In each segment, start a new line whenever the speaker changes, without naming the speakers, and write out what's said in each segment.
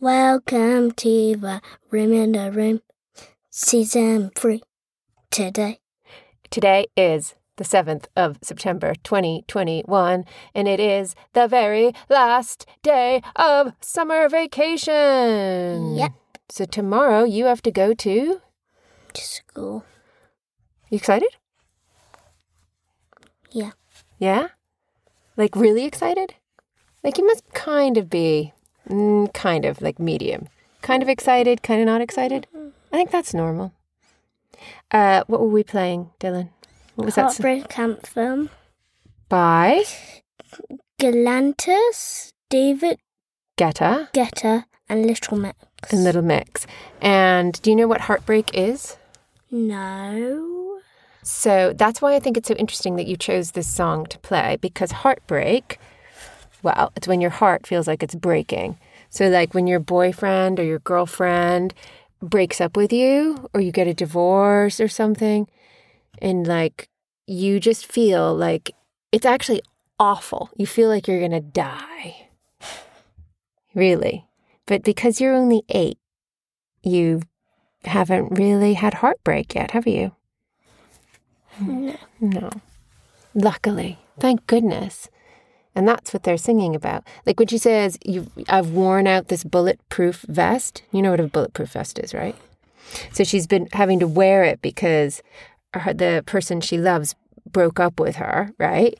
Welcome to the room in the room, season three. Today,
Today is the 7th of September 2021, and it is the very last day of summer vacation.
Yep.
So tomorrow you have to go to. You
to school.
excited?
Yeah.
Yeah? Like really excited? Like you must kind of be, mm, kind of like medium. Kind of excited, kind of not excited. I think that's normal. Uh, what were we playing, Dylan? What was that? s-
Heartbreak Anthem.
By
Galantis, David
Geta.
Guetta, and Little Mix.
and Little Mix. And do you know what heartbreak is?
no.
So that's why I think it's so interesting that you chose this song to play because heartbreak, well, it's when your heart feels like it's breaking. So, like when your boyfriend or your girlfriend breaks up with you, or you get a divorce or something, and like you just feel like it's actually awful. You feel like you're going to die. Really. But because you're only eight, you haven't really had heartbreak yet, have you?
No.
No. Luckily. Thank goodness. And that's what they're singing about. Like when she says, you, I've worn out this bulletproof vest. You know what a bulletproof vest is, right? So she's been having to wear it because her, the person she loves broke up with her, right?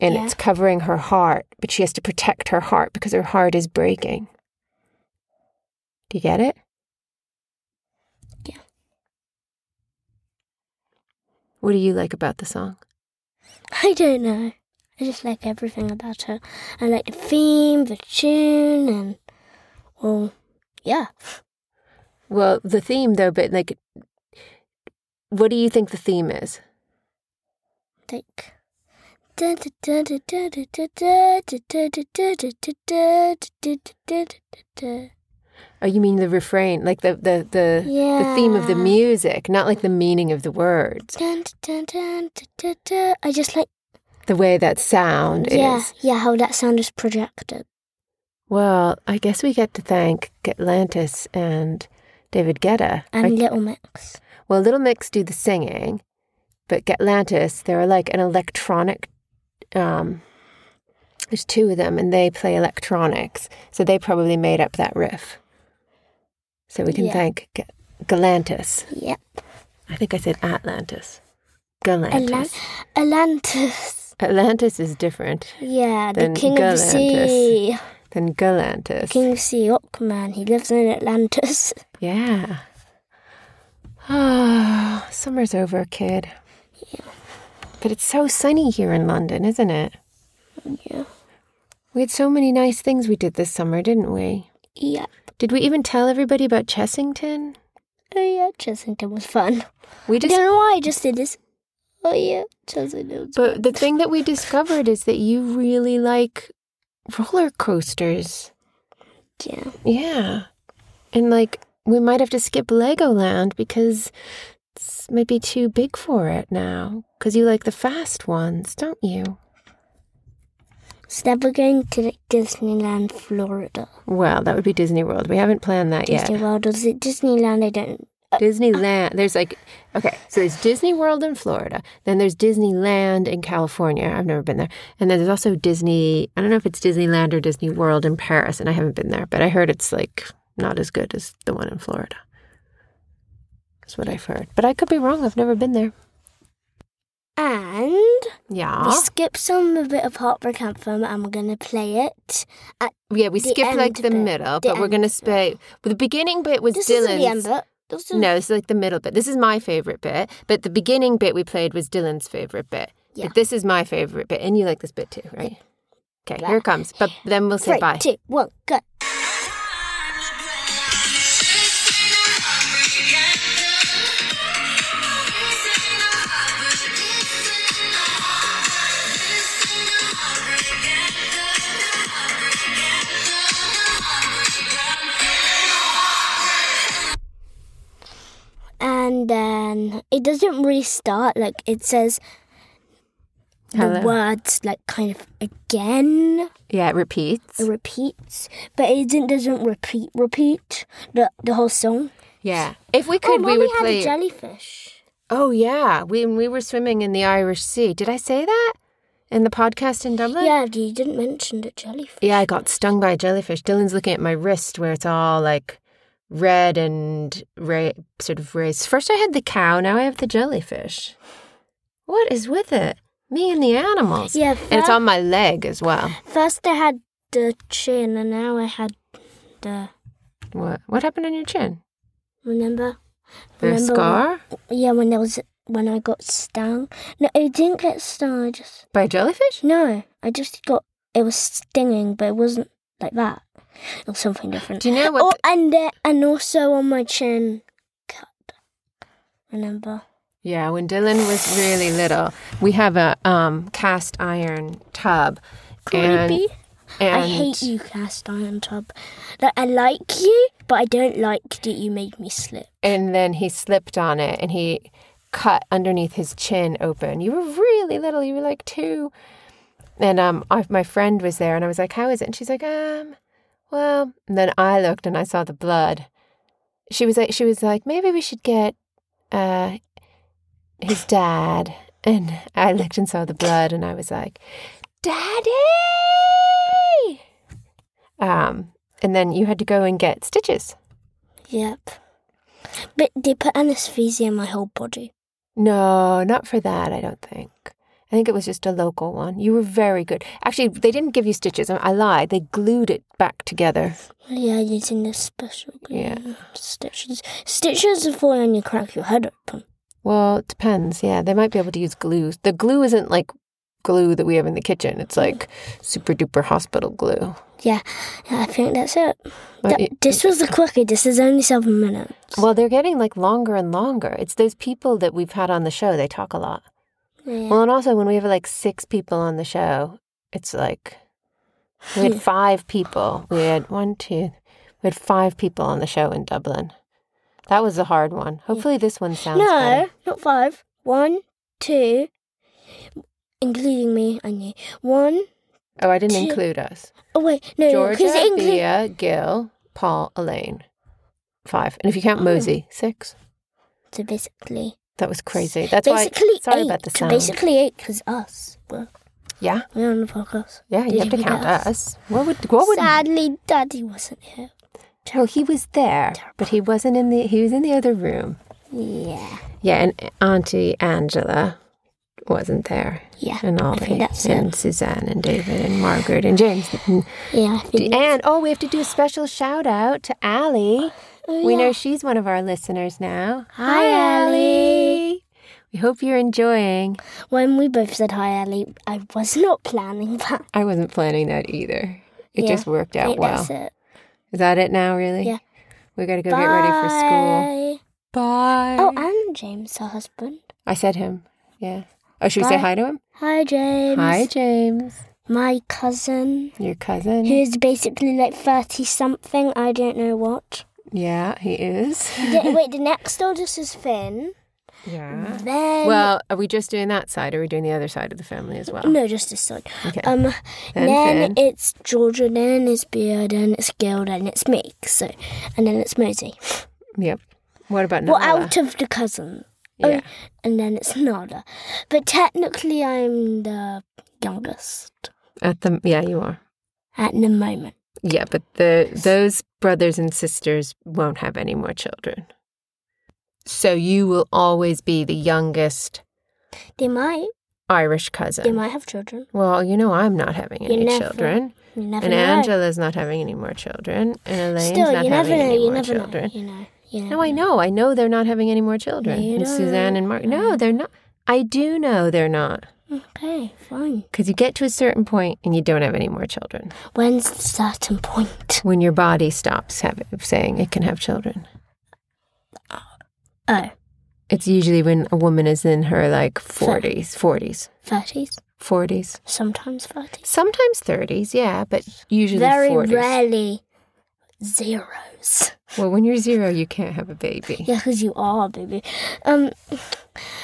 And
Yeah.
it's covering her heart, but she has to protect her heart because her heart is breaking. Do you get it?
Yeah.
What do you like about the song?
I don't know. I just like everything about her. I like the theme, the tune, and, well, yeah.
Well, the theme though, but like, what do you think the theme is?
Like. Yeah.
Oh, you mean the refrain, like the the the, the theme of the
Yeah.
music, not like the meaning of the words,
I just like
the way that sound
yeah,
is.
yeah, how that sound is projected.
Well, I guess we get to thank Atlantis and David Guetta.
And
right?
Little Mix.
Well, Little Mix do the singing, but Gatlantis, they're like an electronic. Um, there's two of them, and they play electronics, so they probably made up that riff. So we can
Yeah.
thank G- Galantis.
Yep.
I think I said Atlantis. Galantis.
Atlan- Atlantis.
Atlantis is different
Yeah, the
Then
king of the
Galantis.
sea.
than Galantis.
King of the sea, Aquaman. He lives in Atlantis.
Yeah. Oh, summer's over, kid. But it's so sunny here in London, isn't it?
Yeah.
We had so many nice things we did this summer, didn't we?
Yeah.
Did we even tell everybody about Chessington?
Oh yeah, Chessington was fun.
We
I
just
don't know why I just did this. Oh yeah, Chessington was
but the thing that we discovered is that you really like roller coasters.
Yeah.
Yeah. And like we might have to skip Legoland because it's maybe too big for it now cuz you like the fast ones, don't you?
So then we're going to like, Disneyland, Florida.
Well, that would be Disney World. We haven't planned that yet.
Disney World or is it Disneyland? I don't.
Disneyland. There's like, okay, so there's Disney World in Florida. Then there's Disneyland in California. I've never been there. And then there's also Disney, I don't know if it's Disneyland or Disney World in Paris, and I haven't been there, but I heard it's like not as good as the one in Florida. That's what I've heard. But I could be wrong. I've never been there.
And we
Yeah.
skip some a bit of Heartbreak Anthem and we're gonna play it. At,
yeah, we
the
skipped like
end
the
bit.
middle,
The
but we're
end
going to spay. Well, the beginning bit was
this
Dylan's.
isn't the end, but this is
No, it's like the middle bit. This is my favorite bit, but the beginning bit we played was Dylan's favorite bit.
Yeah.
But this is my favorite bit, and you like this bit too, right? Okay, here it comes. But then we'll say
three,
bye.
two, one, go. And then it doesn't really start like it says
Hello.
the words like kind of again.
Yeah, it repeats.
It repeats, but it didn't, doesn't repeat repeat the the whole song.
Yeah. If we could,
oh,
we
Mommy
would
had
play.
a jellyfish.
oh yeah, when we were swimming in the Irish Sea. Did I say that in the podcast in Dublin?
Yeah, you didn't mention the jellyfish.
Yeah, I got stung by a jellyfish. Dylan's looking at my wrist where it's all like red and ra- sort of raised. First, I had the cow, now I have the jellyfish. What is with it? Me and the animals.
Yeah,
And it's
fir-
on my leg as well.
First I had the chin, and now I had the
What, what happened on your chin?
remember.
The
Remember
scar?
when- yeah, when there was when I got stung. No, I didn't get stung. I just
By a jellyfish?
no, I just got it was stinging, but it wasn't like that. It was something different.
Do you know what?
Oh, and the, and also on my chin, cut. Remember?
Yeah, when Dylan was really little, we have a um, cast iron tub. and,
Creepy.
and
I hate you, cast iron tub. Like I like you, but I don't like that you made me slip.
and then he slipped on it and he cut underneath his chin open. You were really little. You were like two. And um, I, my friend was there, and I was like, "How is it?" And she's like, "Um, well." And then I looked and I saw the blood. She was like, "She was like, maybe we should get uh, his dad." And I looked and saw the blood, and I was like, "Daddy!" Um, and then you had to go and get stitches.
Yep. But they put anesthesia in my whole body.
No, not for that, I don't think. I think it was just a local one. You were very good. Actually, they didn't give you stitches. I I lied. They glued it back together.
Yeah, using the special glue
Yeah.
and stitches. Stitches are for when you crack your head open.
Well, it depends. Yeah, they might be able to use glue. The glue isn't like glue that we have in the kitchen, it's like super duper hospital glue.
Yeah, I think that's it.
Well,
That-
it-
this was the quickie. This is only seven minutes.
Well, they're getting like longer and longer. It's those people that we've had on the show, they talk a lot.
Yeah.
Well, and also when we have like six people on the show, it's like we had five people. We had one, two, we had five people on the show in Dublin. That was a hard one. Hopefully, this one sounds
no,
better.
not five. One, two, including me and you. One.
Oh, I didn't
Two-
include us.
Oh wait, no, no,
Georgia,
because it includes.
Thea, Gil, Paul, Elaine. Five, and if you
Oh.
count Mosey, six.
So basically,
That was crazy. That's
basically
why. Sorry
eight.
about the
So
sound.
basically eight, because us. Well,
yeah,
we're on the podcast.
yeah. You
Did
have to
forget
count us. What would? What would?
Sadly, Daddy wasn't here.
Well, he was there, but he wasn't in the. He was in the other room.
Yeah.
Yeah, and Auntie Angela wasn't there.
Yeah,
And all
I think
the-
that's it.
and Suzanne and David and Margaret and James. And,
Yeah, I think.
and, oh, we have to do a special shout out to Allie.
Oh,
We
yeah.
know she's one of our listeners now.
Hi, Allie.
We hope you're enjoying.
When we both said hi, Ellie, I was not planning that.
I wasn't planning that either. It
Yeah.
just worked
I
out
think
well.
That's it.
Is that it now, really?
Yeah.
We got to go get ready for school.
Bye.
Bye.
Oh, and James, her husband.
I said him. Yeah. Oh, should we say
Bye.
hi to him?
Hi, James.
Hi, James.
My cousin,
Your cousin.
who's basically like 30 something, I don't know what.
Yeah, he is.
The- Wait, the next oldest is Finn.
Yeah.
Then.
Well, are we just doing that side? Or are we doing the other side of the family as well?
No, just this side.
Oh. Okay.
Um,
Then
then,
Finn.
it's Georgia, then it's Bea, then it's Gil, then it's me. So, and then it's Mosey.
Yep. What about
Well, Oh,
Nala?
out of the cousin.
yeah.
and then it's Nada. But technically, I'm the youngest
At the yeah, you are.
at the moment.
Yeah, but the those brothers and sisters won't have any more children. So you will always be the youngest
They might,
Irish
they
cousin.
might have children.
Well, you know I'm not having
You
any
never-
children,
You never
and
know.
Angela's not having any more children, and Elaine's
Still,
not
you never
having
know.
any
You
more
never
children.
know. You know. You never
No, I know. I know they're not having any more children.
You uh-huh.
and
don't.
Suzanne and Mark. No, they're not. I do know they're not.
Okay, fine.
Because you get to a certain point and you don't have any more children.
When's the certain point?
When your body stops have, saying it can have children.
Oh,
It's usually when a woman is in her like 40s, 40s,
30s.
40s.
Sometimes 30s.
Sometimes 30s, yeah, but usually
Very
40s.
rarely zeros.
Well, when you're zero, you can't have a baby.
Yeah, because you are, baby. Um,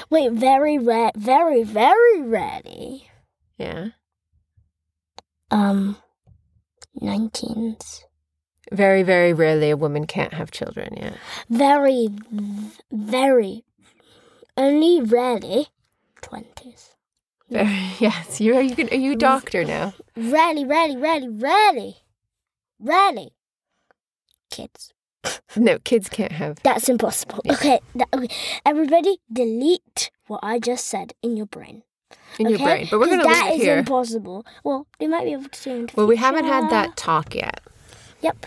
wait, very rare, very, very rarely
Yeah.
Um, 19s.
Very, very rarely a woman can't have children. Yeah.
Very, v- very, only rarely 20s.
Very, yes. You are you can, are you a doctor now?
Rarely, rarely, rarely, rarely, rarely. Kids.
No, kids can't have.
That's impossible. Okay, that, okay. Everybody, delete what I just said in your brain.
in your
okay?
brain. But we're
'Cause
going to leave
That
it
is
here.
impossible. Well, they might be able to do it. in the
well, we haven't
future.
had that talk yet.
Yep.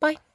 bye. Bye.